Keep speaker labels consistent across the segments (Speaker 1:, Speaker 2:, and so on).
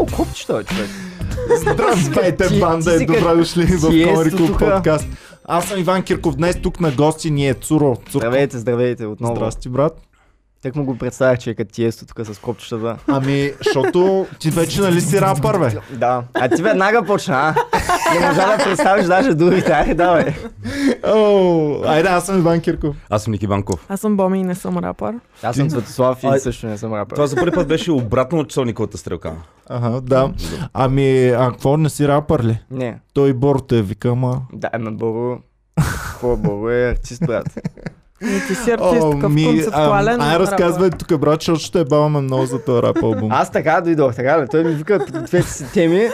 Speaker 1: О, копчета, човек.
Speaker 2: Здравейте,
Speaker 1: Ти-
Speaker 2: банда
Speaker 1: ти
Speaker 2: е
Speaker 1: си
Speaker 2: добре
Speaker 1: как-
Speaker 2: дошли в
Speaker 1: ти е
Speaker 2: Комари Клуб
Speaker 1: тук.
Speaker 2: подкаст. Аз съм Иван Кирков, днес тук на гости ни е Цуро. Цурко,
Speaker 1: Здравейте, здравейте отново. Здрасти.
Speaker 2: здрасти брат.
Speaker 1: Как му го представях, че е като тиесто тук с копчетата.
Speaker 2: Ами, защото ти вече нали си рапър, бе?
Speaker 1: Да. А ти веднага почна, а? Не можа да представиш даже думите. Ай, давай.
Speaker 2: Оу, айде, аз съм Иван Кирков.
Speaker 3: Аз съм Ники Банков.
Speaker 4: Аз съм Боми и не съм рапър.
Speaker 1: Аз съм Светослав и
Speaker 3: Ай.
Speaker 1: също не съм рапър.
Speaker 3: Това за първи път беше обратно от часовниковата стрелка.
Speaker 2: Ага, да. Ами, а какво не си рапър ли?
Speaker 1: Не.
Speaker 2: Той Борто е вика, ма.
Speaker 1: Да, ама Боро... Какво Боро е артист, брат?
Speaker 4: И ти си артист,
Speaker 2: О,
Speaker 4: такъв
Speaker 2: ми,
Speaker 4: концептуален.
Speaker 2: ам, Ай, разказвай тук, брат, защото ще баваме много за този рап албум.
Speaker 1: Аз така дойдох, така ли? Той ми вика подгответе си теми.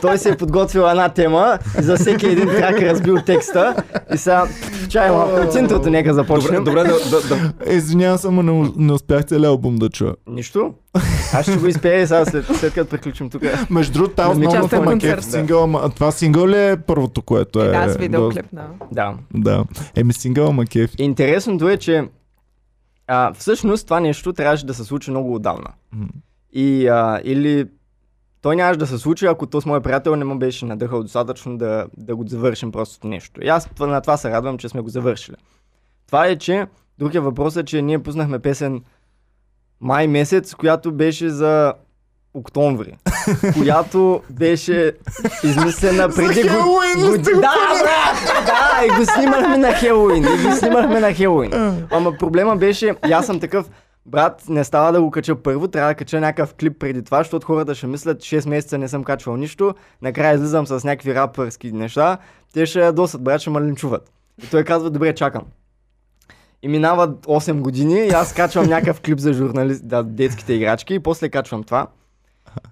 Speaker 1: Той си е подготвил една тема и за всеки един трак е разбил текста. И сега, чай малко от интрото, нека
Speaker 3: Добре,
Speaker 1: започнем.
Speaker 3: добре да, да, да,
Speaker 2: Извинявам се, но не, не успях целият албум да чуя.
Speaker 1: Нищо. Аз ще го изпея сега след, след като приключим тук.
Speaker 2: Между другото, тази
Speaker 1: Ами,
Speaker 2: основната
Speaker 4: частен
Speaker 2: макет
Speaker 4: концерт.
Speaker 2: е сингъл, ама това сингъл ли е първото, което е?
Speaker 4: Да, аз
Speaker 2: доста-
Speaker 4: видеоклип, да.
Speaker 1: Да.
Speaker 2: Да. Еми сингъл ма кефи.
Speaker 1: Интересното е, че а, всъщност това нещо трябваше да се случи много отдавна.
Speaker 2: М.
Speaker 1: И, а, или той нямаше да се случи, ако то с моя приятел не му беше надъхал достатъчно да, да го завършим просто нещо. И аз т- на това се радвам, че сме го завършили. Това е, че другия въпрос е, че ние пуснахме песен май месец, която беше за октомври, която беше измислена преди
Speaker 2: За Хелоуин ли
Speaker 1: год-
Speaker 2: сте го
Speaker 1: Да, брат! Да, и го снимахме на Хелоуин. И го снимахме на Хелоуин. Ама проблема беше, и аз съм такъв, брат, не става да го кача първо, трябва да кача някакъв клип преди това, защото хората ще мислят, 6 месеца не съм качвал нищо, накрая излизам с някакви рапърски неща, те ще ядосат, брат, ще ме линчуват. И той казва, добре, чакам. И минават 8 години и аз качвам някакъв клип за журналист, да, детските играчки и после качвам това.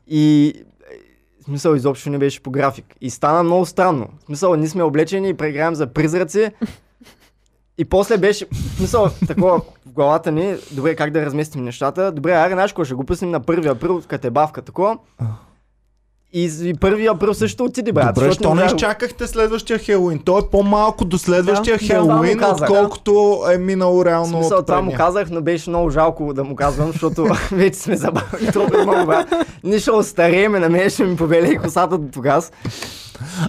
Speaker 1: И е, в смисъл изобщо не беше по график. И стана много странно. В смисъл, ние сме облечени и преиграем за призраци. И после беше, в смисъл, такова в главата ни, добре, как да разместим нещата. Добре, аре, знаеш какво, ще го пуснем на 1 април, като е бавка, такова. И, с- и 1 април също отиде, брат.
Speaker 2: Добре,
Speaker 1: защото
Speaker 2: що не
Speaker 1: знаех-
Speaker 2: изчакахте следващия Хелоуин? Той е по-малко до следващия
Speaker 1: да,
Speaker 4: Да,
Speaker 2: Хелоуин,
Speaker 1: това му казах.
Speaker 2: отколкото е минало
Speaker 1: В
Speaker 2: реално
Speaker 1: смисъл,
Speaker 2: от
Speaker 1: това му
Speaker 2: предния.
Speaker 1: казах, но беше много жалко да му казвам, защото вече сме забавили толкова много. брат. Ние ще остарееме, на мен ще ми побелее косата до тогава.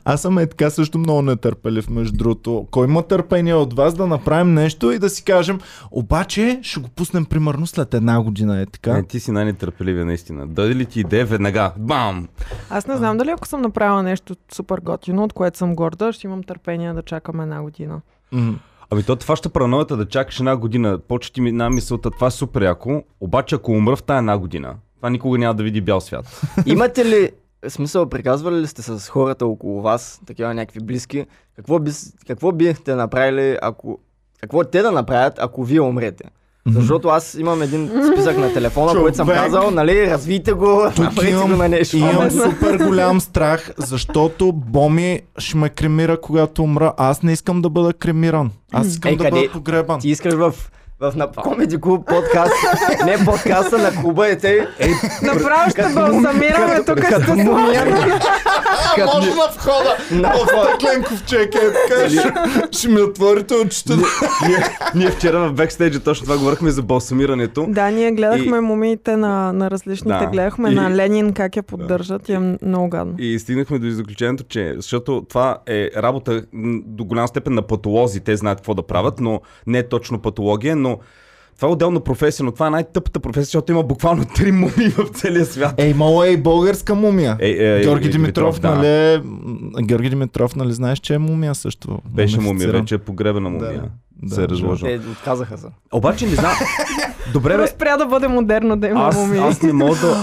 Speaker 2: Аз съм е така също много нетърпелив, между другото. Кой има търпение от вас да направим нещо и да си кажем, обаче ще го пуснем примерно след една година, е така?
Speaker 3: Не, ти си най-нетърпеливия наистина. Даде ли ти идея веднага? Бам!
Speaker 4: Аз не знам дали ако съм направила нещо супер готино, от което съм горда, ще имам търпение да чакам една година.
Speaker 2: М.
Speaker 3: Ами то това ще параноята да чакаш една година. Почти ти мина мисълта, това е супер яко. Обаче ако умра в тая една година, това никога няма да види бял свят.
Speaker 1: Имате ли в смисъл, приказвали ли сте с хората около вас, такива някакви близки, какво, би, какво бихте направили, ако... Какво те да направят, ако вие умрете? Защото аз имам един списък на телефона, който съм
Speaker 2: Човек.
Speaker 1: казал, нали, развийте го,
Speaker 2: Тук
Speaker 1: направете го
Speaker 2: имам,
Speaker 1: на нещо.
Speaker 2: имам супер голям страх, защото Боми ще ме кремира, когато умра. Аз не искам да бъда кремиран. Аз искам
Speaker 1: Е,
Speaker 2: да
Speaker 1: къде-
Speaker 2: бъда погребан.
Speaker 1: Ти искаш в в на Comedy Club подкаст, не подкаста на клуба е тъй. Е,
Speaker 4: Направо ще балсамираме тук с мумия.
Speaker 1: като
Speaker 2: Може
Speaker 1: ни-
Speaker 2: на входа!
Speaker 1: на
Speaker 2: В стъклен ковчег е така,
Speaker 3: Нали?
Speaker 2: ще- ще ми отворите очите.
Speaker 3: ние, ние вчера в бекстейджа точно това говорихме за балсамирането.
Speaker 4: Да, ние гледахме
Speaker 3: И-
Speaker 4: мумиите на, на различните,
Speaker 3: Да.
Speaker 4: гледахме
Speaker 3: И-
Speaker 4: на Ленин как я поддържат и е много гадно.
Speaker 3: И стигнахме до заключението, че защото това е работа м, до голяма степен на патолози, те знаят какво да правят, но не е точно патология, но това е отделна професия, но това е най-тъпата професия, защото има буквално три муми в целия свят.
Speaker 2: Ей, мало е и българска мумия.
Speaker 3: Е, е, е,
Speaker 2: Георги
Speaker 3: е,
Speaker 2: Димитров,
Speaker 3: да.
Speaker 2: нали? е- м, Георги Димитров, нали знаеш, че е мумия също?
Speaker 3: Беше мумия,
Speaker 2: Мумифициран.
Speaker 3: вече е погребена мумия.
Speaker 2: да,
Speaker 3: се е
Speaker 2: да.
Speaker 3: разложил.
Speaker 1: Те отказаха се.
Speaker 3: Обаче не знам. Добре, бе,
Speaker 4: Разпря да бъде модерно да има
Speaker 3: аз,
Speaker 4: мумии.
Speaker 3: аз не мога да...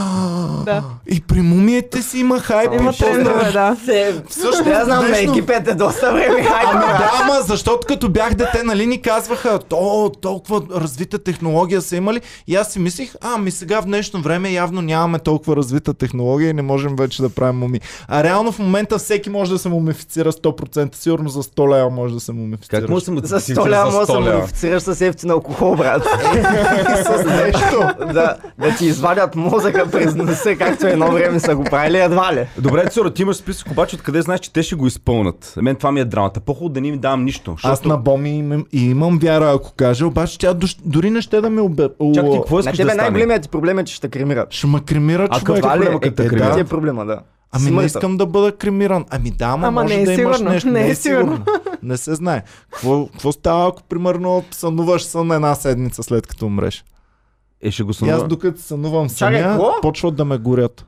Speaker 4: Да.
Speaker 2: И при мумиите си има хайп.
Speaker 3: Ами
Speaker 4: Има
Speaker 2: и поздрави.
Speaker 4: трендове, да.
Speaker 1: Те,
Speaker 2: Всъщност,
Speaker 1: всъщност, Е, аз знам, на
Speaker 2: днешно-
Speaker 1: Египет е доста време.
Speaker 2: Ами
Speaker 1: Хайде,
Speaker 2: да, ама защото като бях дете, нали ни казваха, то толкова развита технология са имали. И аз си мислих, а, ми сега в днешно време явно нямаме толкова развита технология и не можем вече да правим муми. А реално в момента всеки може да се мумифицира 100%, сигурно за 100 лева може да се мумифицира.
Speaker 3: Как може да се
Speaker 1: За
Speaker 3: мотивира
Speaker 1: 100 лева може да се
Speaker 3: лева?
Speaker 1: модифицираш с ефтин алкохол, брат.
Speaker 2: с нещо?
Speaker 1: да, да ти извадят мозъка през носа. не са, както едно време са го правили, едва ли.
Speaker 3: Добре, Цура, ти имаш списък, обаче откъде знаеш, че те ще го изпълнат? Мен това ми е драмата. По-хубаво да не им давам нищо. Защото...
Speaker 2: Аз на Боми имам, и имам вяра, ако кажа, обаче тя дош- дори не ще да ме обе...
Speaker 3: Чакай,
Speaker 2: о-
Speaker 3: какво
Speaker 1: На
Speaker 3: искаш да
Speaker 1: тебе
Speaker 3: стане?
Speaker 1: най-големият ти проблем е, че ще те кремират.
Speaker 2: Ще ме кремира
Speaker 3: А
Speaker 2: човек.
Speaker 3: каква
Speaker 1: Това
Speaker 3: ли
Speaker 1: ли
Speaker 3: проблема,
Speaker 1: е,
Speaker 3: като
Speaker 1: е,
Speaker 3: те
Speaker 1: това
Speaker 2: кремират?
Speaker 1: ти е проблема, да.
Speaker 2: Ами не
Speaker 1: Смъртът.
Speaker 2: искам да бъда кремиран. Ами да, ама,
Speaker 4: Ама
Speaker 2: може
Speaker 4: не е
Speaker 2: да
Speaker 4: сигурно,
Speaker 2: имаш нещо.
Speaker 4: не е
Speaker 2: Не се знае. Какво, какво става, ако примерно сънуваш сън една седмица след като умреш?
Speaker 3: Е, ще го
Speaker 2: И аз
Speaker 3: сънува.
Speaker 2: докато сънувам
Speaker 1: Чакай,
Speaker 2: съня,
Speaker 1: какво?
Speaker 2: почват да ме горят.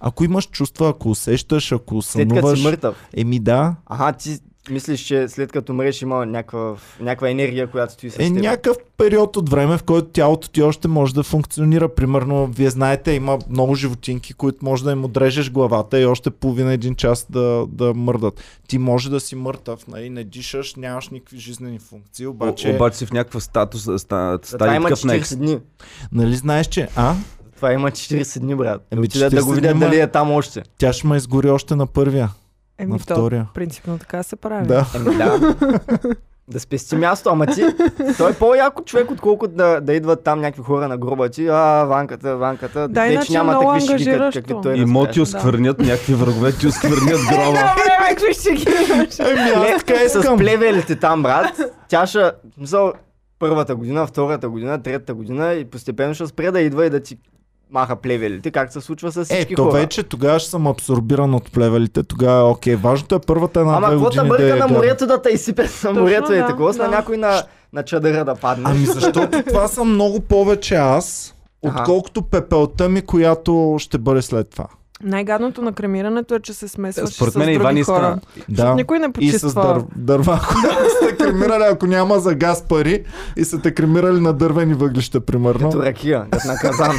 Speaker 2: Ако имаш чувства, ако усещаш, ако
Speaker 1: След като си
Speaker 2: сънуваш,
Speaker 1: мъртъв.
Speaker 2: еми да,
Speaker 1: Ага, ти мислиш, че след като мреш има някаква, някаква енергия, която стои с
Speaker 2: е
Speaker 1: теб.
Speaker 2: някакъв период от време, в който тялото ти още може да функционира. Примерно, вие знаете, има много животинки, които може да им отрежеш главата и още половина един час да, да мърдат. Ти може да си мъртъв, нали, не дишаш, нямаш никакви жизнени функции, обаче,
Speaker 3: Обаче... обаче си в някаква статус, ста,
Speaker 1: Затова
Speaker 3: стадия
Speaker 1: има
Speaker 3: такъв на
Speaker 1: 40
Speaker 3: екс.
Speaker 1: дни.
Speaker 2: нали знаеш, че... А?
Speaker 1: Това има 40 дни, брат.
Speaker 2: Еми,
Speaker 1: Еми, да
Speaker 2: 40
Speaker 1: го видят
Speaker 2: дни,
Speaker 1: дали
Speaker 2: ма-
Speaker 1: е там още.
Speaker 2: Тя ще ме изгори още на първия.
Speaker 4: Еми,
Speaker 2: На
Speaker 4: то
Speaker 2: втория.
Speaker 4: принципно така се прави.
Speaker 2: Да.
Speaker 1: Еми, Ами да. да спести място, ама ти, той е по-яко човек, отколкото да, да идват там някакви хора на гроба ти, а, ванката, ванката,
Speaker 4: Да,
Speaker 1: те,
Speaker 4: иначе е
Speaker 1: че няма
Speaker 4: много
Speaker 1: такви шиги, как-
Speaker 4: ангажиращо.
Speaker 1: каквито е.
Speaker 3: И мо
Speaker 1: разбираш.
Speaker 3: ти осквърнят, някакви врагове ти осквърнят гроба.
Speaker 4: Добре, бе, какви Е, ще ги имаш?
Speaker 2: Еми, аз така
Speaker 1: е С
Speaker 2: искам.
Speaker 1: плевелите там, брат, тя ще, в смисъл, първата година, втората година, третата година и постепенно ще спре да идва и да ти маха плевелите, както се случва с всички
Speaker 2: Е, то
Speaker 1: хора.
Speaker 2: вече тогава ще съм абсорбиран от плевелите. Тогава е окей. Важното е първата една
Speaker 1: Ама
Speaker 2: две
Speaker 1: какво да
Speaker 2: години да е
Speaker 1: бърка
Speaker 2: я
Speaker 1: на
Speaker 2: гледам.
Speaker 1: морето да те изсипе на
Speaker 4: Точно,
Speaker 1: морето е
Speaker 4: да,
Speaker 1: такова, с на
Speaker 4: да.
Speaker 1: някой на, на чадъра да падне.
Speaker 2: Ами защото това съм много повече аз,
Speaker 1: Аха.
Speaker 2: отколкото пепелта ми, която ще бъде след това.
Speaker 4: Най-гадното на кремирането е, че се смесваш
Speaker 3: Според
Speaker 4: с
Speaker 3: мен
Speaker 4: други
Speaker 3: Иван
Speaker 4: хора.
Speaker 3: иска.
Speaker 2: Да.
Speaker 4: Никой не
Speaker 2: И с
Speaker 4: почиства.
Speaker 2: дър... дърва, които сте кремирали, ако няма за газ пари и са те кремирали на дървени въглища, примерно.
Speaker 1: Като ракия, да наказан.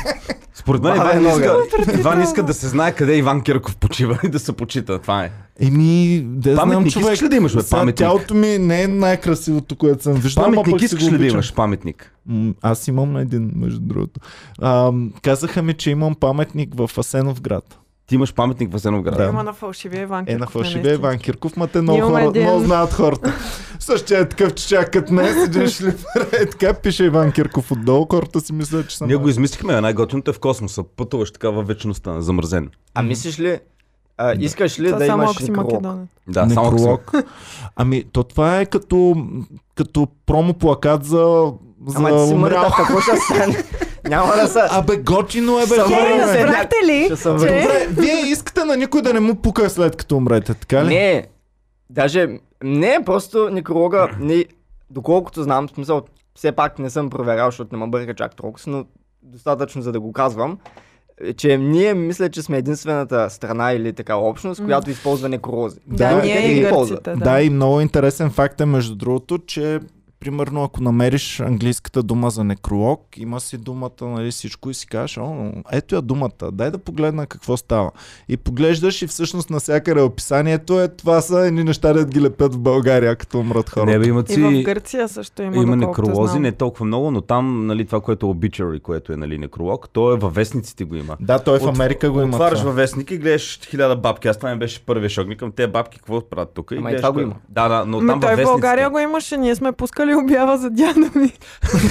Speaker 3: Според мен
Speaker 1: Бабе,
Speaker 3: Иван
Speaker 1: много е.
Speaker 3: иска, Иван иска да се знае къде Иван Кирков почива и да се почита. Това е.
Speaker 2: Еми, да знам
Speaker 3: Паметник
Speaker 2: човек.
Speaker 3: искаш ли да имаш, бе?
Speaker 2: Сега
Speaker 3: Паметник.
Speaker 2: Тялото ми не е най-красивото, което съм виждал. ама
Speaker 3: Паметник
Speaker 2: пък си го
Speaker 3: искаш ли да
Speaker 2: обичам.
Speaker 3: имаш паметник?
Speaker 2: М, Аз имам един, между другото. А, казаха ми, че имам паметник в Асенов град.
Speaker 3: Ти имаш паметник в Асеновград.
Speaker 2: Да.
Speaker 4: Има на фалшивия Иван
Speaker 2: Е,
Speaker 4: Кирков,
Speaker 2: на
Speaker 4: нали?
Speaker 2: фалшивия Иван Кирков, ма те много,
Speaker 4: Имаме
Speaker 2: хора,
Speaker 4: един.
Speaker 2: много знаят хората. Същия е такъв, че чакат не, един шлифър. Е така пише Иван Кирков отдолу, хората си мислят, че съм...
Speaker 3: Ние го измислихме, а най-готиното е в космоса. Пътуваш така във вечността, замръзен.
Speaker 1: А мислиш ли, а, искаш ли
Speaker 4: Това
Speaker 1: да
Speaker 4: само
Speaker 1: имаш
Speaker 4: ако си
Speaker 1: некролог?
Speaker 4: македонец.
Speaker 3: Да, само ако съм-
Speaker 2: Некролог. Ами, то това е като, като промоплакат за, за
Speaker 1: Ама ти си
Speaker 2: умрял.
Speaker 1: мъртъв, какво ще стане? Няма да са...
Speaker 2: Абе, готино е, бе,
Speaker 1: Само
Speaker 2: хора,
Speaker 4: Е,
Speaker 1: Добре,
Speaker 2: бе.
Speaker 1: се-
Speaker 4: разбрахте ли,
Speaker 1: Ще съм
Speaker 4: че...
Speaker 2: Добре, вие искате на никой да не му пука след като умрете, така ли?
Speaker 1: Не, даже не, просто некролога, не, доколкото знам, в смисъл, все пак не съм проверял, защото не ме бърка чак толкова, но достатъчно за да го казвам, е, че ние мисля, че сме единствената страна или така общност, която използва некролози.
Speaker 4: Да,
Speaker 1: Другите
Speaker 4: ние
Speaker 1: не
Speaker 4: и
Speaker 1: ги ползват.
Speaker 4: гърците,
Speaker 2: Да, и много интересен факт е, между другото, че примерно ако намериш английската дума за некролог, има си думата, нали всичко и си кажеш, О, ето я думата, дай да погледна какво става. И поглеждаш и всъщност навсякъде описанието е, това са едни неща, да ги лепят в България, като умрат хората.
Speaker 3: Не, бе, имат
Speaker 4: И в
Speaker 3: си...
Speaker 4: Гърция също има,
Speaker 3: Има
Speaker 4: доколкото
Speaker 3: некролози,
Speaker 4: знам.
Speaker 3: не е толкова много, но там нали, това, което е обичари, което е нали, некролог, то е във вестниците го има.
Speaker 2: Да, той в
Speaker 3: От-
Speaker 2: Америка го има.
Speaker 3: Отваряш
Speaker 2: това.
Speaker 3: във вестник и гледаш хиляда бабки. Аз това ми беше първия шок. Викам, те бабки какво правят тук?
Speaker 1: Ама и
Speaker 3: гледаш
Speaker 1: това го
Speaker 3: кое-
Speaker 1: има.
Speaker 3: Да, да, но
Speaker 4: Ме
Speaker 3: там
Speaker 4: Ами той е
Speaker 3: във
Speaker 4: в България
Speaker 3: вестниците.
Speaker 4: го имаше, ние ссме пускали обява за дядо ми.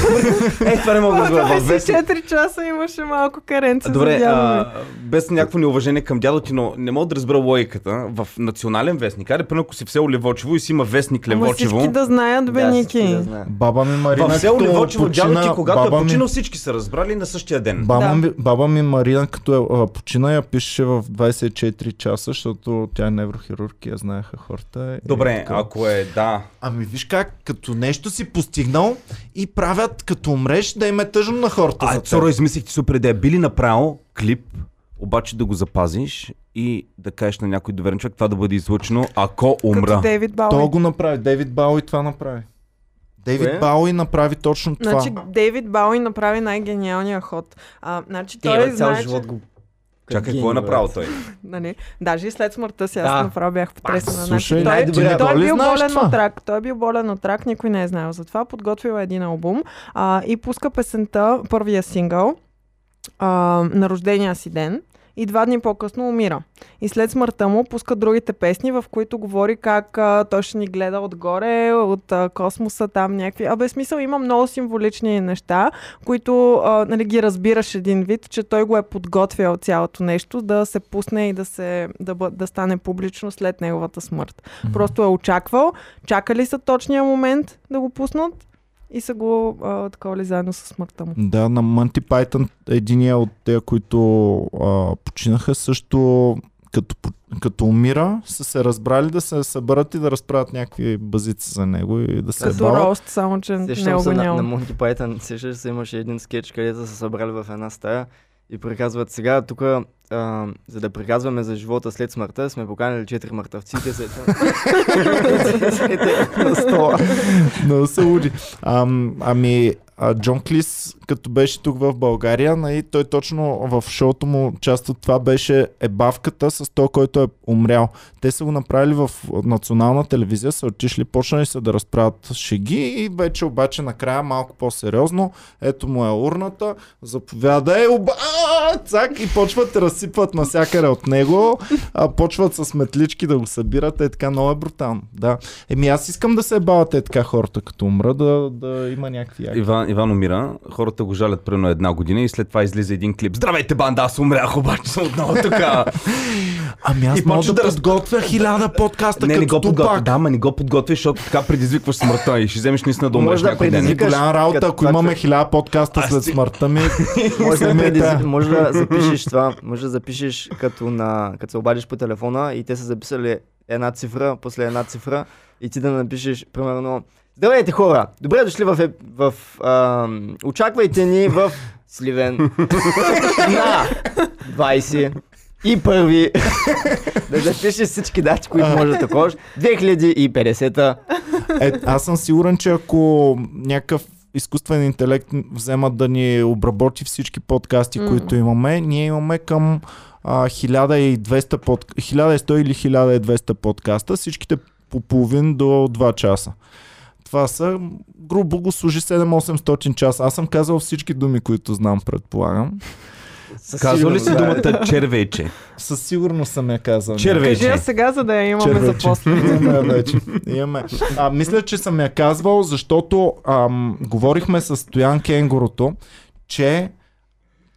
Speaker 3: Е, това не мога да го гледам. във вестниците.
Speaker 4: 24 часа имаше малко каренце за
Speaker 3: Добре,
Speaker 4: дядо ми.
Speaker 3: а, без някакво неуважение към дядо ти, но не мога да разбера логиката. В национален вестник, аре, примерно, ако си в село Левочево и си има вестник
Speaker 4: Ама всички
Speaker 3: Левочево,
Speaker 4: да знаят, бе,
Speaker 1: Да,
Speaker 4: Ники.
Speaker 1: всички да знаят.
Speaker 2: Баба ми Марина,
Speaker 3: в село
Speaker 2: като
Speaker 3: Левочево дядо ти,
Speaker 2: почина-
Speaker 3: когато
Speaker 2: баба
Speaker 3: е
Speaker 2: ми-
Speaker 3: починал, всички са разбрали на същия ден.
Speaker 2: Баба,
Speaker 4: Да.
Speaker 2: ми, баба ми Марина, като е, а, почина, я пишеше в 24 часа, защото тя е неврохирург и я знаеха хората. И
Speaker 3: Добре,
Speaker 2: е така.
Speaker 3: ако е, да.
Speaker 2: Ами виж как, като нещо си постигнал и правят като умреш да им е тъжно на хората
Speaker 3: А,
Speaker 2: за теб.
Speaker 3: Цоро, измислих ти супер идея. Би ли направил клип, обаче да го запазиш и да кажеш на някой доверен човек това да бъде излъчено, ако
Speaker 4: Като
Speaker 3: умра?
Speaker 4: Дейвид
Speaker 2: То
Speaker 4: Бауи.
Speaker 2: го направи, Дейвид Бауи това направи. Дейвид
Speaker 1: Кое?
Speaker 2: Бауи направи точно това.
Speaker 4: Значи Дейвид Бауи направи най-гениалния ход. А, значи
Speaker 1: Те, бе,
Speaker 4: той
Speaker 1: цял
Speaker 4: знае, че...
Speaker 1: живот го...
Speaker 3: Чакай,
Speaker 1: Гений,
Speaker 3: какво е
Speaker 1: брат.
Speaker 3: направил той?
Speaker 4: Нали, даже и след смъртта си, аз
Speaker 1: Да.
Speaker 4: направо бях потресена.
Speaker 2: слушай,
Speaker 4: Значи, той,
Speaker 2: най-добре,
Speaker 4: той,
Speaker 2: Боли,
Speaker 4: е бил
Speaker 2: знаеш
Speaker 4: болен
Speaker 2: това?
Speaker 4: от рак. Той е бил болен от рак, никой не е знаел за това. Подготвила един албум а, и пуска песента, първия сингъл, а, на рождения си ден. и два дни по-късно умира. И след смъртта му пуска другите песни, в които говори как а, той ще ни гледа отгоре, от а, космоса, там някакви. Абе, смисъл има много символични неща, които а, нали, ги разбираш един вид, че той го е подготвял цялото нещо да се пусне и да, се, да, бъ- да стане публично след неговата смърт. Просто е очаквал, чакали са точния момент да го пуснат и са го а, таковали заедно с смъртта му.
Speaker 2: Да, на Monty Python единия от те, които а, починаха също като, по- като умира, са се разбрали да се съберат и да разправят някакви базици за него и да се
Speaker 4: Като
Speaker 2: бават.
Speaker 4: рост, само че не е
Speaker 1: Сещам
Speaker 4: го
Speaker 1: се на, на
Speaker 4: няма.
Speaker 1: Монти Пайтън, сещаш се, имаше един скетч, където са се събрали в една стая и приказват сега тук, за да приказваме за живота след смъртта, сме поканили четири мъртъвци, те са на стола.
Speaker 2: Много се луди. Ам, ами, а, Джон Клис, като беше тук в България, нали, той точно в шоуто му част от това беше ебавката с то, който е умрял. Те са го направили в национална телевизия, са отишли, почнали са да разправят шеги и вече обаче накрая малко по-сериозно. Ето му е урната, заповядай, оба... а, цак и почват да разсипват насякъде от него, а, почват с метлички да го събират, е така много е брутално. Да. Еми аз искам да се бават е така хората, като умра, да, да има някакви яки.
Speaker 3: Иван, Иван умира, хората го жалят примерно една година и след това излиза един клип. Здравейте, банда, аз умрях, обаче съм отново така.
Speaker 2: Ами
Speaker 3: И почва да раз-
Speaker 2: подготвя хиляда подкаста
Speaker 3: не, не го
Speaker 2: Тупак.
Speaker 3: подготвя. Да, ма не го подготвя, защото така предизвикваш смъртта и ще вземеш наистина да
Speaker 1: Може
Speaker 3: умреш
Speaker 1: да
Speaker 3: някой ден.
Speaker 1: предизвикаш
Speaker 2: Голяма работа,
Speaker 1: Като
Speaker 2: ако
Speaker 1: пак-
Speaker 2: имаме хиляда подкаста след смъртта ми.
Speaker 1: Може да,
Speaker 2: Ами, да.
Speaker 1: предизвик- може да запишеш това, може да запишеш като, на, като се обадиш по телефона и те са записали една цифра, после една цифра и ти да напишеш примерно Здравейте хора! Добре дошли в, еп- в, ам, очаквайте ни в Сливен на 20 и първи да запишеш всички дати, които може да також. 2050-та.
Speaker 2: Е, аз съм сигурен, че ако някакъв изкуствен интелект взема да ни обработи всички подкасти, mm.
Speaker 4: М.
Speaker 2: които имаме, ние имаме към а, 1200 под... 1100 или 1200 подкаста, всичките по половин до 2 часа. Това са, грубо го служи 7-800 часа. Аз съм казал всички думи, които знам, предполагам.
Speaker 1: Със
Speaker 3: Казва ли си
Speaker 1: сигурност, да. е
Speaker 3: думата червейче?
Speaker 2: Със сигурност съм я казал.
Speaker 4: Кажи
Speaker 3: Червейче.
Speaker 4: я сега, за да я имаме за
Speaker 2: Червече.
Speaker 4: после.
Speaker 2: Имаме вече. Имаме. А, мисля, че съм я казвал, защото ам, говорихме с Стоян Кенгурото, че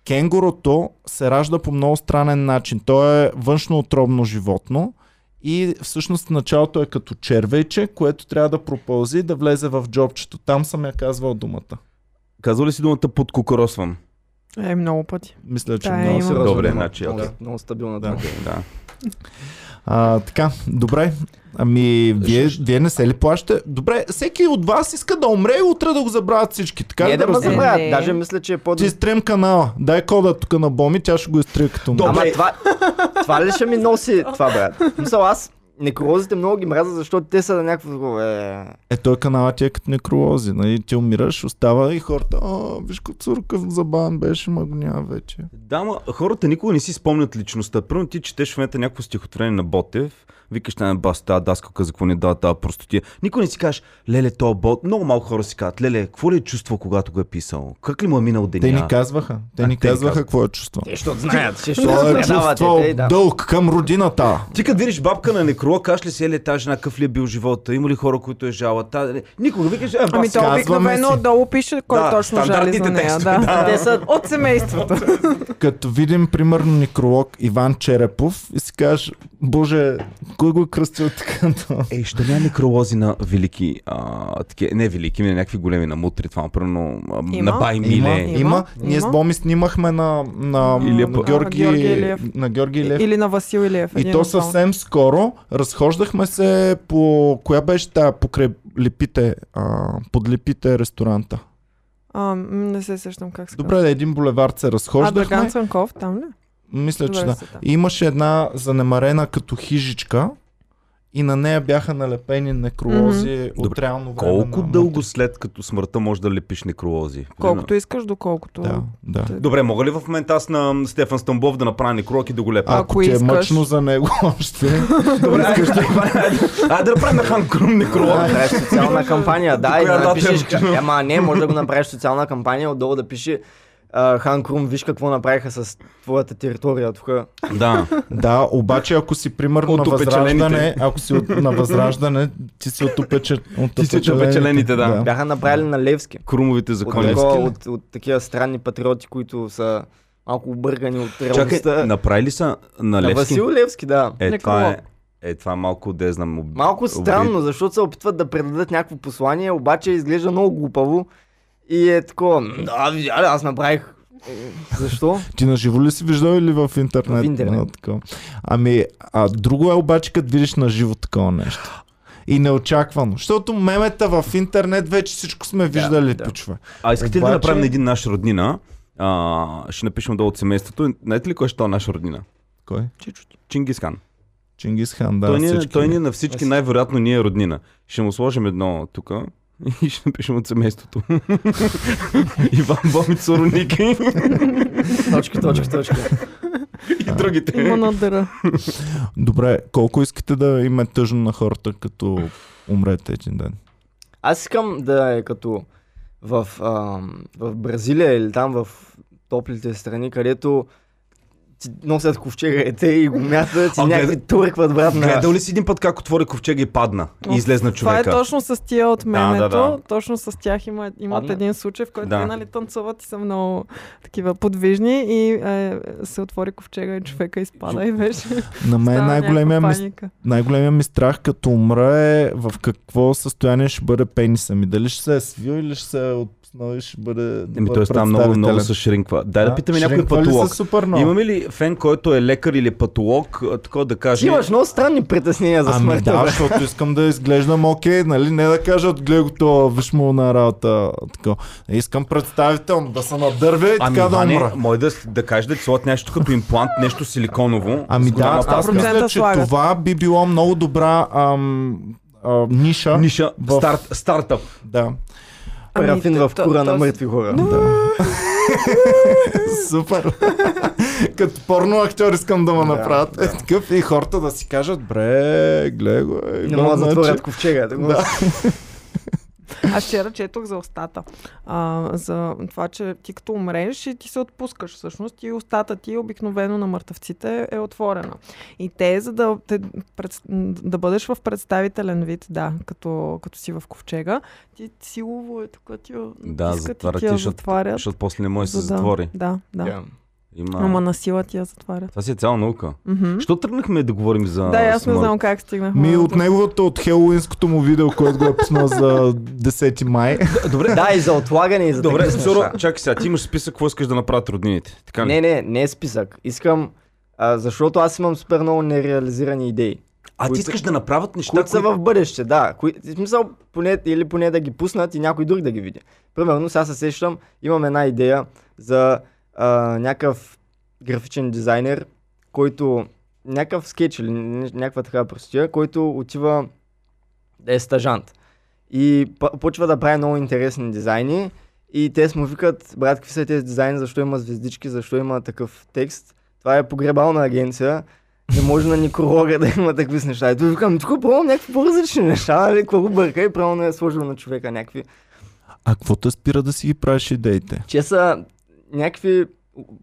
Speaker 2: кенгурото се ражда по много странен начин. То е външноотробно животно и всъщност началото е като червейче, което трябва да пропълзи и да влезе в джобчето. Там съм я казвал думата.
Speaker 3: Казва ли си думата под кукоросвам?
Speaker 4: Е, много пъти.
Speaker 2: Мисля, че
Speaker 4: Да,
Speaker 2: много
Speaker 4: имам.
Speaker 2: се
Speaker 3: Добре,
Speaker 2: разбира.
Speaker 3: значи, окей.
Speaker 1: Много стабилна
Speaker 2: Да.
Speaker 1: дума.
Speaker 3: Да.
Speaker 2: А, така, добре. Ами, вие, вие не се ли плащате? Добре, всеки от вас иска да умре и утре да го забравят всички. Така
Speaker 1: Не
Speaker 2: ли
Speaker 1: да ме
Speaker 2: разбирам?
Speaker 4: разбирам.
Speaker 1: забравят,
Speaker 4: Не.
Speaker 1: даже мисля, че е по-добре.
Speaker 2: Ти стрим канала. Дай кода тук на Боми, тя ще го изтрие като му.
Speaker 3: Добре.
Speaker 1: Ама това, това ли ще ми носи това, брат? Мисъл, аз некролозите много ги мразя, защото те са на някакво такова, е...
Speaker 2: Е, той канала ти е като некролози. Нали? Ти умираш, остава и хората. А, виж като цурка забавен беше, ма го няма вече.
Speaker 3: Да, ма хората никога не си спомнят личността. Първо ти четеш в момента някакво стихотворение на Ботев, викаш на бас, тази даскалка, за какво ни дава тази простотия. Никой е». не си кажеш, леле, то Бот. Много малко хора си казват, леле, какво ли е чувствал, когато го е писал? Как ли му е минал деня?
Speaker 2: Те ни казваха. Те
Speaker 3: А,
Speaker 2: ни
Speaker 3: те ни
Speaker 2: казваха
Speaker 3: казват.
Speaker 2: какво е чувство.
Speaker 1: Те, защото знаят, че ще
Speaker 2: Той е
Speaker 1: предават,
Speaker 2: чувствал
Speaker 1: те, да.
Speaker 2: дълг към родината.
Speaker 3: Ти като видиш бабка на некролог, кажеш ли си, еле, тази жена, какъв ли е бил живота? Има ли хора, които е жала? Та... не- Никога викаш, е,
Speaker 4: Ами
Speaker 3: бас,
Speaker 4: то
Speaker 2: казваме
Speaker 4: обикновено
Speaker 2: си.
Speaker 4: отдолу пише кой
Speaker 3: Да,
Speaker 4: точно жали за
Speaker 3: стандартните
Speaker 4: нея.
Speaker 3: текстове,
Speaker 4: Да.
Speaker 3: да.
Speaker 1: Те са-
Speaker 4: От семейството.
Speaker 2: Като видим, примерно, некролог Иван Черепов и си кажеш, боже, кой го е кръстил така?
Speaker 3: Е, ще няма некролози на велики, а, таки, не велики, ами на някакви големи на мутри, това, примерно, а,
Speaker 4: Има.
Speaker 3: на Бай Миле.
Speaker 2: Има,
Speaker 4: Има,
Speaker 2: има. Ние с
Speaker 4: има.
Speaker 2: Боми снимахме на, на,
Speaker 3: Или е
Speaker 2: на,
Speaker 3: по-
Speaker 2: Георги,
Speaker 4: А, Георги Илиев.
Speaker 2: на Георги Илев.
Speaker 4: Или на Васил Илиев.
Speaker 2: И
Speaker 4: един
Speaker 2: то
Speaker 4: от двамата.
Speaker 2: съвсем скоро разхождахме се по... Коя беше тая покрай лепите, а, под лепите ресторанта?
Speaker 4: А, м, не се сещам как се
Speaker 2: Добре,
Speaker 4: казва.
Speaker 2: на един булевард се
Speaker 4: А, Драган
Speaker 2: разхождахме.
Speaker 4: Цанков, там ли? е
Speaker 2: Мисля, че
Speaker 4: Добре,
Speaker 2: да.
Speaker 4: са там.
Speaker 2: И имаше една занемарена като хижичка и на нея бяха налепени некролози от
Speaker 3: Добре,
Speaker 2: реално време.
Speaker 3: Колко
Speaker 2: на-
Speaker 3: дълго след като смъртта може да лепиш некролози?
Speaker 4: Колкото искаш, доколкото.
Speaker 2: Да, да.
Speaker 3: Добре, мога ли в момента аз на Стефан Стамбов да направя некролог и да го лепя?
Speaker 4: А,
Speaker 2: Ако,
Speaker 4: Ако
Speaker 2: ти е
Speaker 4: искаш.
Speaker 2: мъчно за него още.
Speaker 3: добре, искаш да Айде да правим на Хан Крум некролог.
Speaker 1: Да, Правиш социална кампания, да, и
Speaker 3: Коя
Speaker 1: да
Speaker 3: дата е
Speaker 1: напишеш,
Speaker 3: точно?
Speaker 1: ама не, може да го направиш социална кампания, отдолу да пише а, Хан Крум, виж какво направиха с твоята територия от тук.
Speaker 3: Да.
Speaker 2: Да, обаче ако си примерно
Speaker 3: От
Speaker 2: на възраждане,
Speaker 3: опечалените.
Speaker 2: ако си от, на възраждане, ти си от, опече, от
Speaker 3: Ти си от опечалените, да.
Speaker 1: Бяха направили на Левски.
Speaker 3: Крумовите
Speaker 1: От,
Speaker 3: закони.
Speaker 1: такова,
Speaker 2: ли?
Speaker 1: от, от такива странни патриоти, които са малко объркани от
Speaker 3: Чакай,
Speaker 1: реалността.
Speaker 3: направили са
Speaker 1: на
Speaker 3: на Левски?
Speaker 1: Васил Левски, да.
Speaker 3: Е, това е,
Speaker 4: Некролог.
Speaker 3: е, това малко да я знам. об-
Speaker 1: Малко
Speaker 3: обиди.
Speaker 1: странно, защото се опитват да предадат някакво послание, обаче изглежда много глупаво. И е такова, «М, да, видя ли, аз направих. Е, Защо?
Speaker 2: Ти на живо ли си виждал или в интернет?
Speaker 1: В интернет.
Speaker 2: А, такова. Ами, а друго е обаче, като видиш на живо такова нещо. И неочаквано. Защото мемета в интернет вече всичко сме виждали,
Speaker 1: да.
Speaker 2: да, пичове.
Speaker 3: А искате ли
Speaker 2: Обаче-
Speaker 3: да направим на един наш роднина? А, ще напишем долу от семейството. Знаете ли кой ще е наш роднина?
Speaker 2: Кой?
Speaker 3: Чингисхан.
Speaker 2: Чингисхан, да.
Speaker 3: той, ни, е-
Speaker 2: всички.
Speaker 3: той ни е на всички
Speaker 1: Аз-
Speaker 3: най-вероятно ние е роднина. Ще му сложим едно тук и ще напишем от семейството. Иван Бомиц Ороники
Speaker 1: Точка, точка, точка.
Speaker 3: и другите.
Speaker 4: Има на дъра.
Speaker 2: Добре, колко искате да им е тъжно на хората, като умрете един ден?
Speaker 1: Аз искам да е като в, а, в Бразилия или там в топлите страни, където ти носят ковчега и те и го мятат и
Speaker 3: А,
Speaker 1: някакви
Speaker 3: гледа-
Speaker 1: туркват, брат. на-
Speaker 3: Гледал ли си един път как отвори ковчега и падна
Speaker 4: Оф,
Speaker 3: и излезна
Speaker 4: Това е
Speaker 3: човека?
Speaker 4: точно с тия от мемето.
Speaker 3: да.
Speaker 4: Точно с тях има, имат
Speaker 1: Падна.
Speaker 4: един случай, в който
Speaker 3: Да.
Speaker 4: да. нали, танцуват и са много такива подвижни и е, се отвори ковчега и човека изпада и беше.
Speaker 2: На мен
Speaker 4: става
Speaker 2: е най-големия
Speaker 4: някаква
Speaker 2: ми
Speaker 4: паника.
Speaker 2: най-големия ми страх като умра е в какво състояние ще бъде пениса ми. Дали ще се е свил или ще се е отпуснал и ще бъде
Speaker 3: Еми, Ами той става много, много
Speaker 2: представителен.
Speaker 3: с шринква. Дай да
Speaker 2: А,
Speaker 3: питаме някой
Speaker 2: шринква ли
Speaker 3: патолог.
Speaker 2: са супер много?
Speaker 3: Имаме ли фен, който е лекар или патолог, а, така да
Speaker 1: Ти
Speaker 3: каже?
Speaker 1: имаш много странни притеснения за
Speaker 2: Ами
Speaker 1: смъртта.
Speaker 2: да,
Speaker 1: брат.
Speaker 2: защото искам да изглеждам окей, нали? Не да кажа от гледай го това, виж му на работа. Така. Искам представител да се надървя и
Speaker 3: Ами,
Speaker 2: така да
Speaker 3: Иване,
Speaker 2: умра.
Speaker 3: може да, да кажеш да ти слагат нещо като имплант, нещо силиконово.
Speaker 2: Ами
Speaker 3: с голяма
Speaker 2: да, аз
Speaker 3: паска.
Speaker 2: мисля, че
Speaker 4: слагат.
Speaker 2: това би било много добра ам, а, ниша.
Speaker 3: Ниша,
Speaker 2: В-
Speaker 3: старт, стартъп.
Speaker 2: Да.
Speaker 4: Ами,
Speaker 1: Парафин
Speaker 4: то-
Speaker 1: в кура
Speaker 4: то-
Speaker 1: на
Speaker 4: то-
Speaker 1: мъртви хора.
Speaker 2: Супер. Като порно актьор искам да ме направят. Е, такъв и хората да си кажат, бре, гледай го. е,
Speaker 1: Не
Speaker 2: Иван
Speaker 1: могат да затворят
Speaker 2: Начев».
Speaker 1: ковчега. да го-
Speaker 2: Да.
Speaker 4: Аз вчера четох за устата. А, за това, че ти като умреш и ти се отпускаш всъщност и устата ти обикновено на мъртъвците е отворена. И те, за да, те, пред, да бъдеш в представителен вид, да, като, като си в ковчега, ти силово е така ти я
Speaker 3: Да,
Speaker 4: натискат и
Speaker 3: затварят
Speaker 4: ти я
Speaker 3: ти, защото-
Speaker 4: затварят.
Speaker 3: Защото после не може да се
Speaker 4: за да-
Speaker 3: затвори.
Speaker 4: Да, да.
Speaker 1: Да.
Speaker 3: Има...
Speaker 4: Ама на сила ти я затварят.
Speaker 3: Това си е цяла наука.
Speaker 4: Мгм.
Speaker 3: Що тръгнахме да говорим за
Speaker 4: Да, и аз не
Speaker 3: смърт?
Speaker 4: знам как стигнахме.
Speaker 2: Ми
Speaker 4: до
Speaker 2: от
Speaker 4: тук.
Speaker 2: неговото, от хелоуинското му видео, което го е пуснал за 10 май.
Speaker 3: Добре,
Speaker 1: Да, и за отлагане, и за
Speaker 3: добре,
Speaker 1: такива неща.
Speaker 3: Цуро, чакай сега, ти имаш списък, какво искаш да направят роднините. Така ли?
Speaker 1: Не, не, не е списък. Искам, а, защото аз имам супер много нереализирани идеи.
Speaker 3: а ти
Speaker 1: които-
Speaker 3: искаш да направят неща,
Speaker 1: Които са в бъдеще, да. Кои, в смисъл, поне, или поне да ги пуснат и някой друг да ги види. Примерно, сега се сещам, имам една идея за а, някакъв графичен дизайнер, който някакъв скетч или ня- някаква такава простия, който отива да е стажант. И п- почва да прави много интересни дизайни. И те с му викат, брат, какви са тези дизайни, защо има звездички, защо има такъв текст. Това е погребална агенция. Не може на николога да има такви с неща. И той викам, тук пробвам някакви по-различни неща, нали? Какво го бърка и правилно е сложил на човека някакви.
Speaker 2: А какво те спира да си ги правиш идеите?
Speaker 1: Че са някакви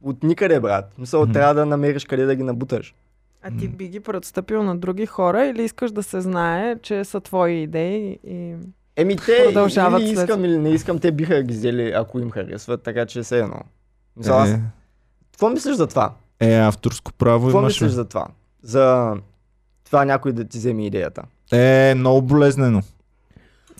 Speaker 1: от никъде, брат. Мисъл,
Speaker 2: Мгм.
Speaker 1: трябва да намериш къде да ги набуташ.
Speaker 4: А ти би ги предстъпил на други хора или искаш да се знае, че са твои идеи и...
Speaker 1: Еми те,
Speaker 4: Продължават
Speaker 1: или
Speaker 4: след.
Speaker 1: искам или не искам, те биха ги взели, ако им харесват, така че все едно. Мисъл, аз...
Speaker 2: Е,
Speaker 1: Какво мислиш за това?
Speaker 2: е, авторско право
Speaker 1: Какво
Speaker 2: имаш. ли?
Speaker 1: мислиш за това? За това някой да ти вземе идеята.
Speaker 2: Е, много болезнено.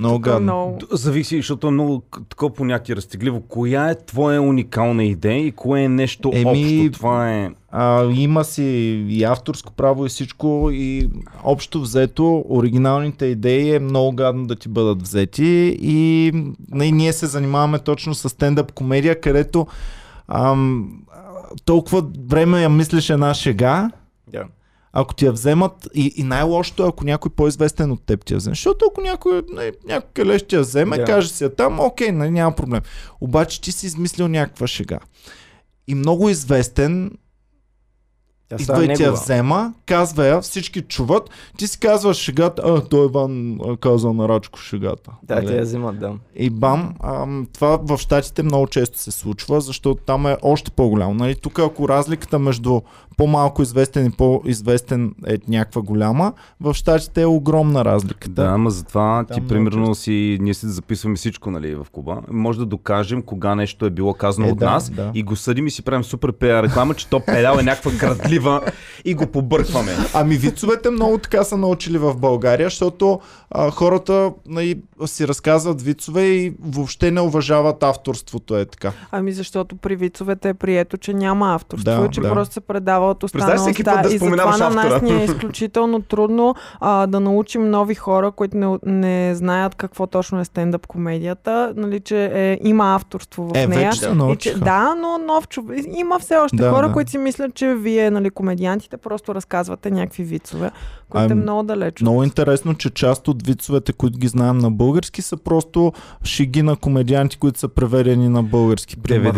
Speaker 2: Много гадно.
Speaker 4: Но...
Speaker 3: Д- Зависи, защото е много к- такова понятие разтегливо. Коя е твоя уникална идея и кое е нещо
Speaker 2: Еми,
Speaker 3: общо? Това е...
Speaker 2: А, има си и авторско право и всичко и общо взето оригиналните идеи е много гадно да ти бъдат взети и, и ние се занимаваме точно с стендъп комедия, където ам, толкова време я мислиш една шега,
Speaker 1: Да.
Speaker 2: ако ти я вземат и, и най-лошото е ако някой по-известен от теб ти я вземе. Защото ако някой, не, някой келеш ти я вземе,
Speaker 1: Да.
Speaker 2: yeah. каже си я там, окей, нали, няма проблем. Обаче ти си измислил някаква шега. И много известен
Speaker 1: Тя става
Speaker 2: Идва и ти я
Speaker 1: негова.
Speaker 2: взема, казва я, всички чуват, ти си казваш шегата, а, той Иван а, каза на Рачко шегата.
Speaker 1: Да, е
Speaker 2: Нали?
Speaker 1: те я взимат, да.
Speaker 2: И бам, ам, това в щатите много често се случва, защото там е още по-голямо. Нали? Тук ако разликата между по-малко известен и по-известен е някаква голяма, в щатите е огромна разликата.
Speaker 3: Да, ама затова
Speaker 2: Там
Speaker 3: ти
Speaker 2: много
Speaker 3: примерно си, ние си записваме всичко нали, в клуба. Може да докажем кога нещо е било казано
Speaker 2: Е,
Speaker 3: от
Speaker 2: да,
Speaker 3: нас
Speaker 2: да.
Speaker 3: и го съдим и си правим супер пиар реклама, че то педал е някаква крадлива и го побъркваме.
Speaker 2: Ами вицовете много така са научили в България, защото а, хората нали, си разказват вицове и въобще не уважават авторството е така.
Speaker 4: Ами защото при вицовете е прието, че няма авторство,
Speaker 2: Да,
Speaker 4: да, че
Speaker 2: да.
Speaker 4: да. просто се предава от
Speaker 3: Представи
Speaker 4: останалата.
Speaker 3: всеки път да
Speaker 4: и затова
Speaker 3: споменаваш
Speaker 4: на нас
Speaker 3: автора.
Speaker 4: ни е изключително трудно а, да научим нови хора, които не, не знаят какво точно е стендъп комедията, нали, че е, има авторство в
Speaker 2: Е,
Speaker 4: нея.
Speaker 2: вече се
Speaker 4: И че,
Speaker 2: научиха.
Speaker 4: да, но нов човек. Има все още
Speaker 2: Да,
Speaker 4: да, хора,
Speaker 2: да.
Speaker 4: да. които си мислят, че вие, нали, комедиантите, просто разказвате някакви вицове, които
Speaker 2: Ам,
Speaker 4: е много далеч.
Speaker 2: Много интересно, че част от вицовете, които ги знаем на български, са просто шеги на комедианти, които са преведени на български. примерно.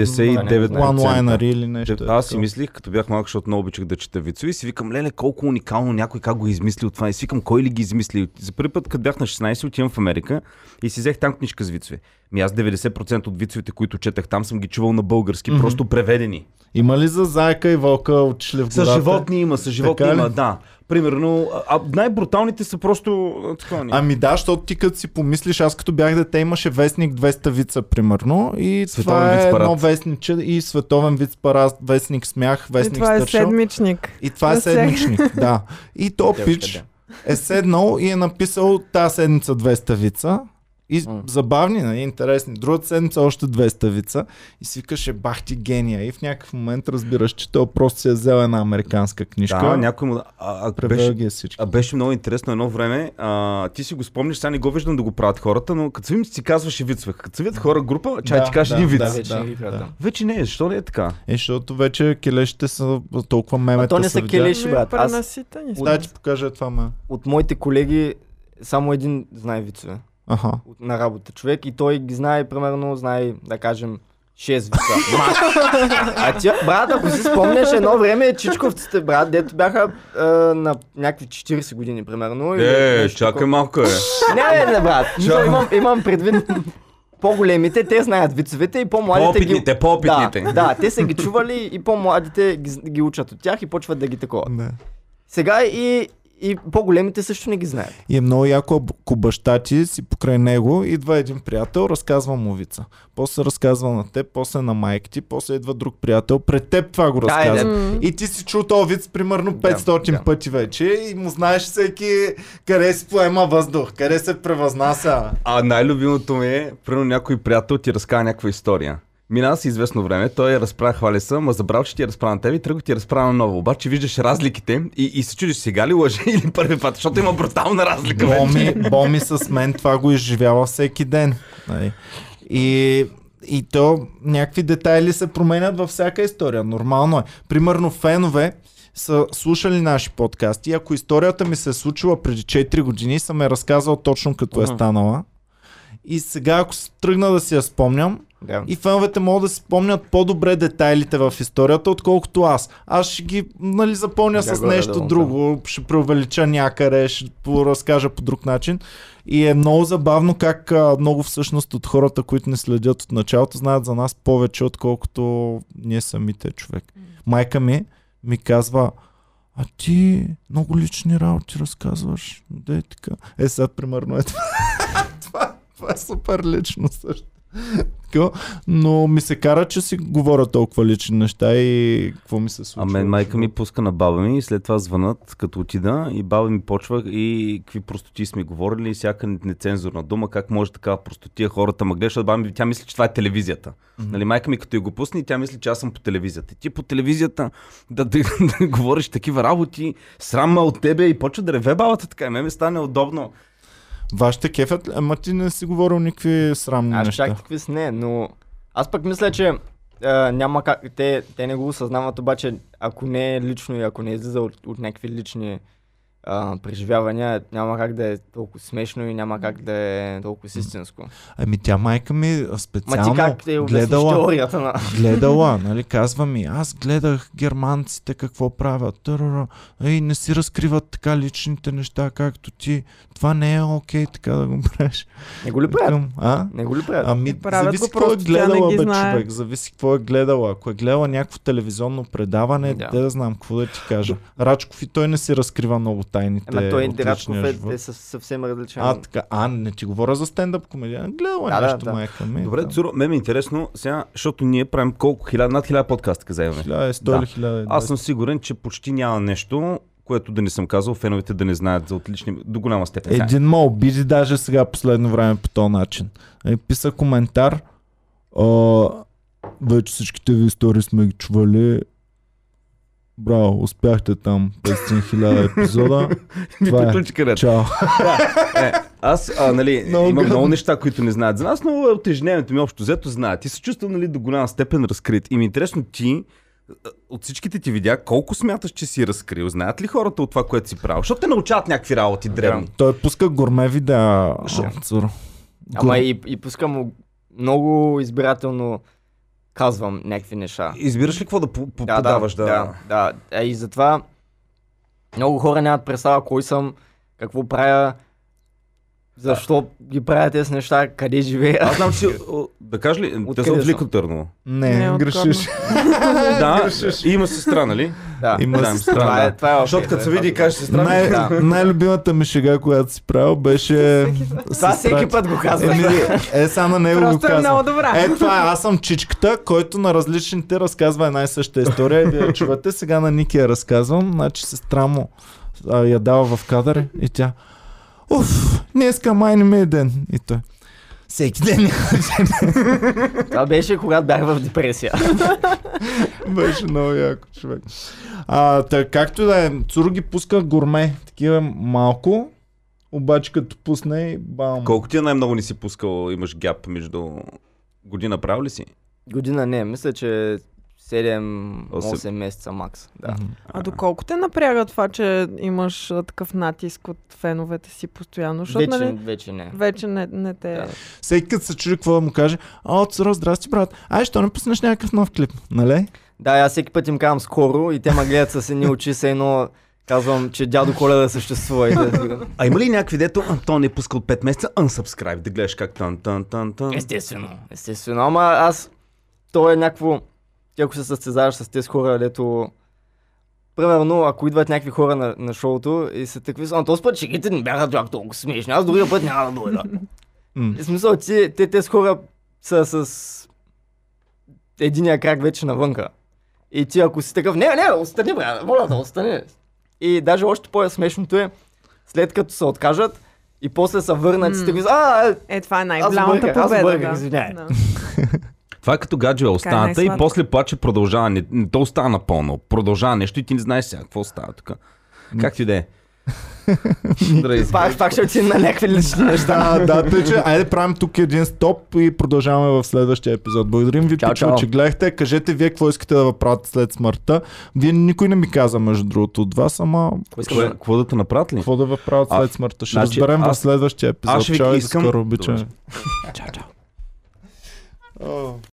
Speaker 3: 99%.
Speaker 2: One-лайнери или нещо.
Speaker 3: Де-
Speaker 2: е
Speaker 3: Аз си
Speaker 2: такова.
Speaker 3: мислих, като бях малък, защото много обичах да чета вицове и си викам, леле, колко уникално някой как го е измислил това. И си викам, кой ли ги измисли. За първи път, като бях на 16, отивам в Америка и си взех там книжка с вицове. Ми аз 90% от вицовете, които четах там, съм ги чувал на български,
Speaker 2: Мгм.
Speaker 3: просто преведени.
Speaker 2: Има ли за зайка и вълка отишли в гората?
Speaker 3: С животни има, с животни
Speaker 2: Така ли?
Speaker 3: има, да. Примерно, а, а най-бруталните са просто а, такова. ни.
Speaker 2: Ами да, защото ти като си помислиш, аз като бях дете имаше вестник 200 вица, примерно, и
Speaker 3: Световен
Speaker 2: това е
Speaker 3: виц парад.
Speaker 2: едно вестниче и световен виц парад, вестник смях,
Speaker 4: и
Speaker 2: вестник
Speaker 4: това е
Speaker 2: стършъл.
Speaker 4: седмичник.
Speaker 2: И това е
Speaker 4: На всяка-
Speaker 2: седмичник, да. И то пич е седнал и е написал тази седмица 200 вица. И
Speaker 1: М.
Speaker 2: забавни, нали, интересни. Другата седмица още 200 вица. И си викаш, е, бах ти гения. И в някакъв момент разбираш, че той просто си е взел една американска книжка.
Speaker 3: да, някой му. А, а,
Speaker 2: Превел
Speaker 3: беше,
Speaker 2: ги е всички.
Speaker 3: а, беше много интересно едно време. А, ти си го спомниш, сега не го виждам да го правят хората, но като видим, си казваше вицове. Като се видят хора група, чай
Speaker 2: Да,
Speaker 3: ти кажеш
Speaker 2: да,
Speaker 3: един вид.
Speaker 2: да.
Speaker 1: Вече не ги правят, да.
Speaker 3: Вече не е, защо не е така?
Speaker 2: Е, защото вече келешите са толкова мемета.
Speaker 1: А то не са
Speaker 2: видя.
Speaker 1: келеши. Пиши,
Speaker 4: Ами,
Speaker 1: брат, аз-
Speaker 4: пренаситени сме.
Speaker 2: Да, ти покажа това, ме.
Speaker 1: От моите колеги само един знае вицове
Speaker 2: Аха.
Speaker 1: от- на работа човек и той ги знае, примерно, знае, да кажем, 6 вица. Макс. а ти, брат, ако си спомняш, едно време чичковците, брат, дето бяха а, на някакви 40 години, примерно. или
Speaker 3: Е,
Speaker 1: нещо
Speaker 3: чакай
Speaker 1: такова.
Speaker 3: малко е.
Speaker 1: Не, не, не, брат.
Speaker 3: Чакай.
Speaker 1: Имам, имам предвид по-големите, те знаят вицовете и по-младите ги...
Speaker 3: По-опитните, по-опитните.
Speaker 1: Да, да, те са ги чували и по-младите ги, ги учат от тях и почват да ги такова.
Speaker 2: Да.
Speaker 1: Сега и, и по-големите също не ги знаят.
Speaker 2: И е много яко, ако баща ти си покрай него, идва един приятел, разказва му вица. После разказва на теб, после на майка ти, после идва друг приятел, пред теб това го
Speaker 1: Айде.
Speaker 2: разказва.
Speaker 4: М.
Speaker 2: И ти си чул този виц примерно 500
Speaker 1: да.
Speaker 2: пъти вече и му знаеш всеки къде си поема въздух, къде се превъзнася.
Speaker 3: А най-любимото ми е, примерно някой приятел ти разказва някаква история. Мина си известно време, той я разправя хвалеса, ма забрал, че ти я разправя на теб и тръгва ти я разправя на ново. Обаче виждаш разликите и, и се чудиш сега ли лъже или първи път, защото има брутална разлика. вече.
Speaker 2: Боми, Боми с мен това го изживява всеки ден. Нали? И, и то някакви детайли се променят във всяка история. Нормално е. Примерно фенове са слушали наши подкасти. и Ако историята ми се е случила преди 4 години, съм я разказал точно като е
Speaker 1: Мгм.
Speaker 2: станала. И сега, ако с- тръгна да си я спомням,
Speaker 1: Да.
Speaker 2: и феновете могат да си спомнят по-добре детайлите в историята, отколкото аз. Аз ще ги нали, запълня
Speaker 1: Да,
Speaker 2: с
Speaker 1: горе-долу,
Speaker 2: нещо
Speaker 1: да.
Speaker 2: друго, ще преувелича някъде, ще го разкажа по друг начин. И е много забавно как а, много всъщност от хората, които ни следят от началото, знаят за нас повече, отколкото ние самите човек. Майка ми ми казва, а ти много лични работи разказваш. Да е така. Е, сега примерно е това. това, това е супер лично също. Така, но ми се кара, че си говоря толкова лични неща и какво ми се
Speaker 3: А
Speaker 2: случва.
Speaker 3: мен майка ми пуска на баба ми и след това звънат, като отида и баба ми почва и какви простоти сме говорили и всяка нецензурна дума, как може такава простотия хората ма гледат, защото баба ми, тя мисли, че това е телевизията. Mm-hmm. Нали, майка ми като я го пусне, тя мисли, че аз съм по телевизията. И Ти по телевизията да, да, да говориш такива работи, срама от тебе и почва да реве бабата така и мен ми стане удобно.
Speaker 2: Вашите кефят, ли? ама ти не си говорил никакви срамни
Speaker 1: Аз
Speaker 2: неща.
Speaker 1: чак такви с не, но аз пък мисля, че а, няма как, те, те не го осъзнават, обаче ако не е лично и ако не излиза от, от някакви лични а, преживявания, няма как да е толкова смешно и няма как да е толкова истинско.
Speaker 2: Ами тя майка ми а,
Speaker 1: Ма ти
Speaker 2: специално
Speaker 1: как ти обясниш
Speaker 2: гледала,
Speaker 1: теорията на...
Speaker 2: гледала, нали, казва ми, аз гледах германците какво правят, търра, и не си разкриват така личните неща, както ти. Това не е окей, така да го правиш.
Speaker 1: Не го ли правят?
Speaker 2: Викам, А?
Speaker 1: Не го ли правят?
Speaker 2: Ами,
Speaker 4: правят
Speaker 2: зависи
Speaker 4: го
Speaker 2: какво е
Speaker 4: просто, тя
Speaker 2: гледала,
Speaker 4: не ги
Speaker 2: бе,
Speaker 4: знае.
Speaker 2: човек. Зависи какво е гледала. Ако е гледала някакво телевизионно предаване,
Speaker 1: Да.
Speaker 2: да, да знам какво да ти кажа. Рачков и той не си разкрива много тайните.
Speaker 1: Ама той
Speaker 2: от
Speaker 1: Дирачков
Speaker 2: личния
Speaker 1: е,
Speaker 2: живот.
Speaker 1: е съв- съвсем различен.
Speaker 2: А, така. А, не ти говоря за стендъп комедия. Гледала
Speaker 1: Да,
Speaker 2: да,
Speaker 1: да,
Speaker 2: нещо,
Speaker 1: да.
Speaker 2: да. майка ми.
Speaker 3: Добре,
Speaker 2: да.
Speaker 3: Цуро, мен ми е интересно сега, защото ние правим колко? Хиляда, над хиляда подкаста, каза имаме.
Speaker 2: 1100
Speaker 3: Да.
Speaker 2: или 1000.
Speaker 3: Аз съм сигурен, че почти няма нещо, което да не съм казал, феновете да не знаят за отлични, до голяма степен. Сега,
Speaker 2: Един ме обиди даже сега последно време по този начин. Е, писа коментар. А, вече всичките ви истории сме ги чували. Браво, успяхте там 500 000 епизода.
Speaker 3: Ми
Speaker 2: това е.
Speaker 3: приключи къде.
Speaker 2: Чао.
Speaker 3: Аз, а, нали,
Speaker 2: Много
Speaker 3: имам
Speaker 2: гадно.
Speaker 3: много неща, които не знаят за нас, но от ежедневието ми общо взето знаят. И се чувствам, нали, до голяма степен разкрит. И ми е интересно ти, а, от всичките ти видя, колко смяташ, че си разкрил? Знаят ли хората от това, което си правил? Защото те научават някакви работи древни.
Speaker 2: Той пуска горме видеа. Цуро.
Speaker 1: Ама и, и пускам му- много избирателно казвам някакви неща.
Speaker 3: Избираш ли какво да по- по- подаваш? Да,
Speaker 1: да, да. А и затова много хора нямат представа кой съм, какво правя, защо ги правя тези неща, къде живея.
Speaker 3: Аз знам, че о, да кажа ли,
Speaker 1: Откъде
Speaker 3: те са от
Speaker 1: са?
Speaker 3: Велико Търново.
Speaker 2: Не,
Speaker 4: Не,
Speaker 2: не грешиш.
Speaker 3: Да, и има сестра, нали?
Speaker 1: Да.
Speaker 2: Има
Speaker 3: Да,
Speaker 2: сестра.
Speaker 3: да.
Speaker 1: Това е, това е окей,
Speaker 3: Защото като се
Speaker 1: това е
Speaker 3: види и
Speaker 1: това.
Speaker 3: каже сестра,
Speaker 2: Най-
Speaker 1: Да.
Speaker 2: най-любимата ми шега, която си правил, беше...
Speaker 1: Това всеки път го казвам.
Speaker 2: Еми, е, сега на него го
Speaker 4: Просто е
Speaker 2: казвам.
Speaker 4: много добра.
Speaker 2: Е, това е, аз съм чичката, който на различните разказва една и съща история. И вие я чувате, сега на Ники я разказвам. Значи сестра му а, я дава в кадър и тя... Уф, днеска май не ми е ден. И той... Всеки ден
Speaker 1: Това беше когато бях в депресия.
Speaker 2: Беше много яко, човек. А, та, както и да е, Цуро ги пуска гурме, такива малко, обаче като пусне и бам.
Speaker 3: Колко ти е най-много не си пускал, имаш гяп между година, прав ли си?
Speaker 1: Година не, мисля, че 7-8
Speaker 3: Осем.
Speaker 1: месеца макс. Да.
Speaker 2: Мгм.
Speaker 4: А доколко те напряга това, че имаш а, такъв натиск от феновете си постоянно? Защото,
Speaker 1: Вече,
Speaker 4: нали,
Speaker 1: вече не.
Speaker 4: вече не, не те...
Speaker 1: Да.
Speaker 2: Всеки като се чуди какво да му каже, а, Цуро, здрасти, брат. Ай, що не пуснеш някакъв нов клип, нали?
Speaker 1: Да, аз всеки път им казвам скоро и те ме гледат с едни очи, се едно казвам, че дядо Коледа съществува. И да...
Speaker 3: А има ли някакви дето, а, то не е пускал 5 месеца, unsubscribe, да гледаш как тан тан тан тан.
Speaker 1: Естествено. Естествено, ама аз... То е някакво... Ти ако се състезаваш с тези хора, дето... Примерно, ако идват някакви хора на, на шоуто и са такви, а този път шегите не бяха чак толкова смешни, аз другия път няма да дойда.
Speaker 2: М.
Speaker 1: В смисъл, ти, те, тези хора са с единия крак вече навънка. И ти ако си такъв, не, не, остани, бе, моля да остани. И даже още по-смешното е, след като се откажат и после са върнат, mm.
Speaker 4: М.
Speaker 1: такива, а, е,
Speaker 4: Е, това е
Speaker 1: Аз
Speaker 4: най-голямата
Speaker 1: бърках, аз
Speaker 4: победа.
Speaker 1: бърках,
Speaker 4: да.
Speaker 1: извинявай.
Speaker 4: Да.
Speaker 3: Това е като гадже останата и
Speaker 4: най-сладко.
Speaker 3: после плаче продължава. Не, не, то остана напълно. Продължава нещо и ти не знаеш сега какво става тук. Как ти да е? Здравей.
Speaker 1: Пак, пак ще отидем на някакви лични неща.
Speaker 2: Да, да, тъй, че айде правим тук един стоп и продължаваме в следващия епизод. Благодарим ви,
Speaker 1: Чао,
Speaker 2: пичо,
Speaker 1: чао.
Speaker 2: че гледахте. Кажете вие какво искате да правите след смъртта. Вие никой не ми каза, между другото, от вас, ама
Speaker 3: Кое- Какво да те направят ли?
Speaker 2: какво да ви правят
Speaker 3: А,
Speaker 2: след смъртта? Ще
Speaker 3: значи,
Speaker 2: разберем в
Speaker 3: аз-
Speaker 2: следващия епизод.
Speaker 3: аз ще ви
Speaker 2: Чао и до
Speaker 3: искам-
Speaker 2: скоро, обичаме.
Speaker 3: Добре.
Speaker 2: Чао, чао.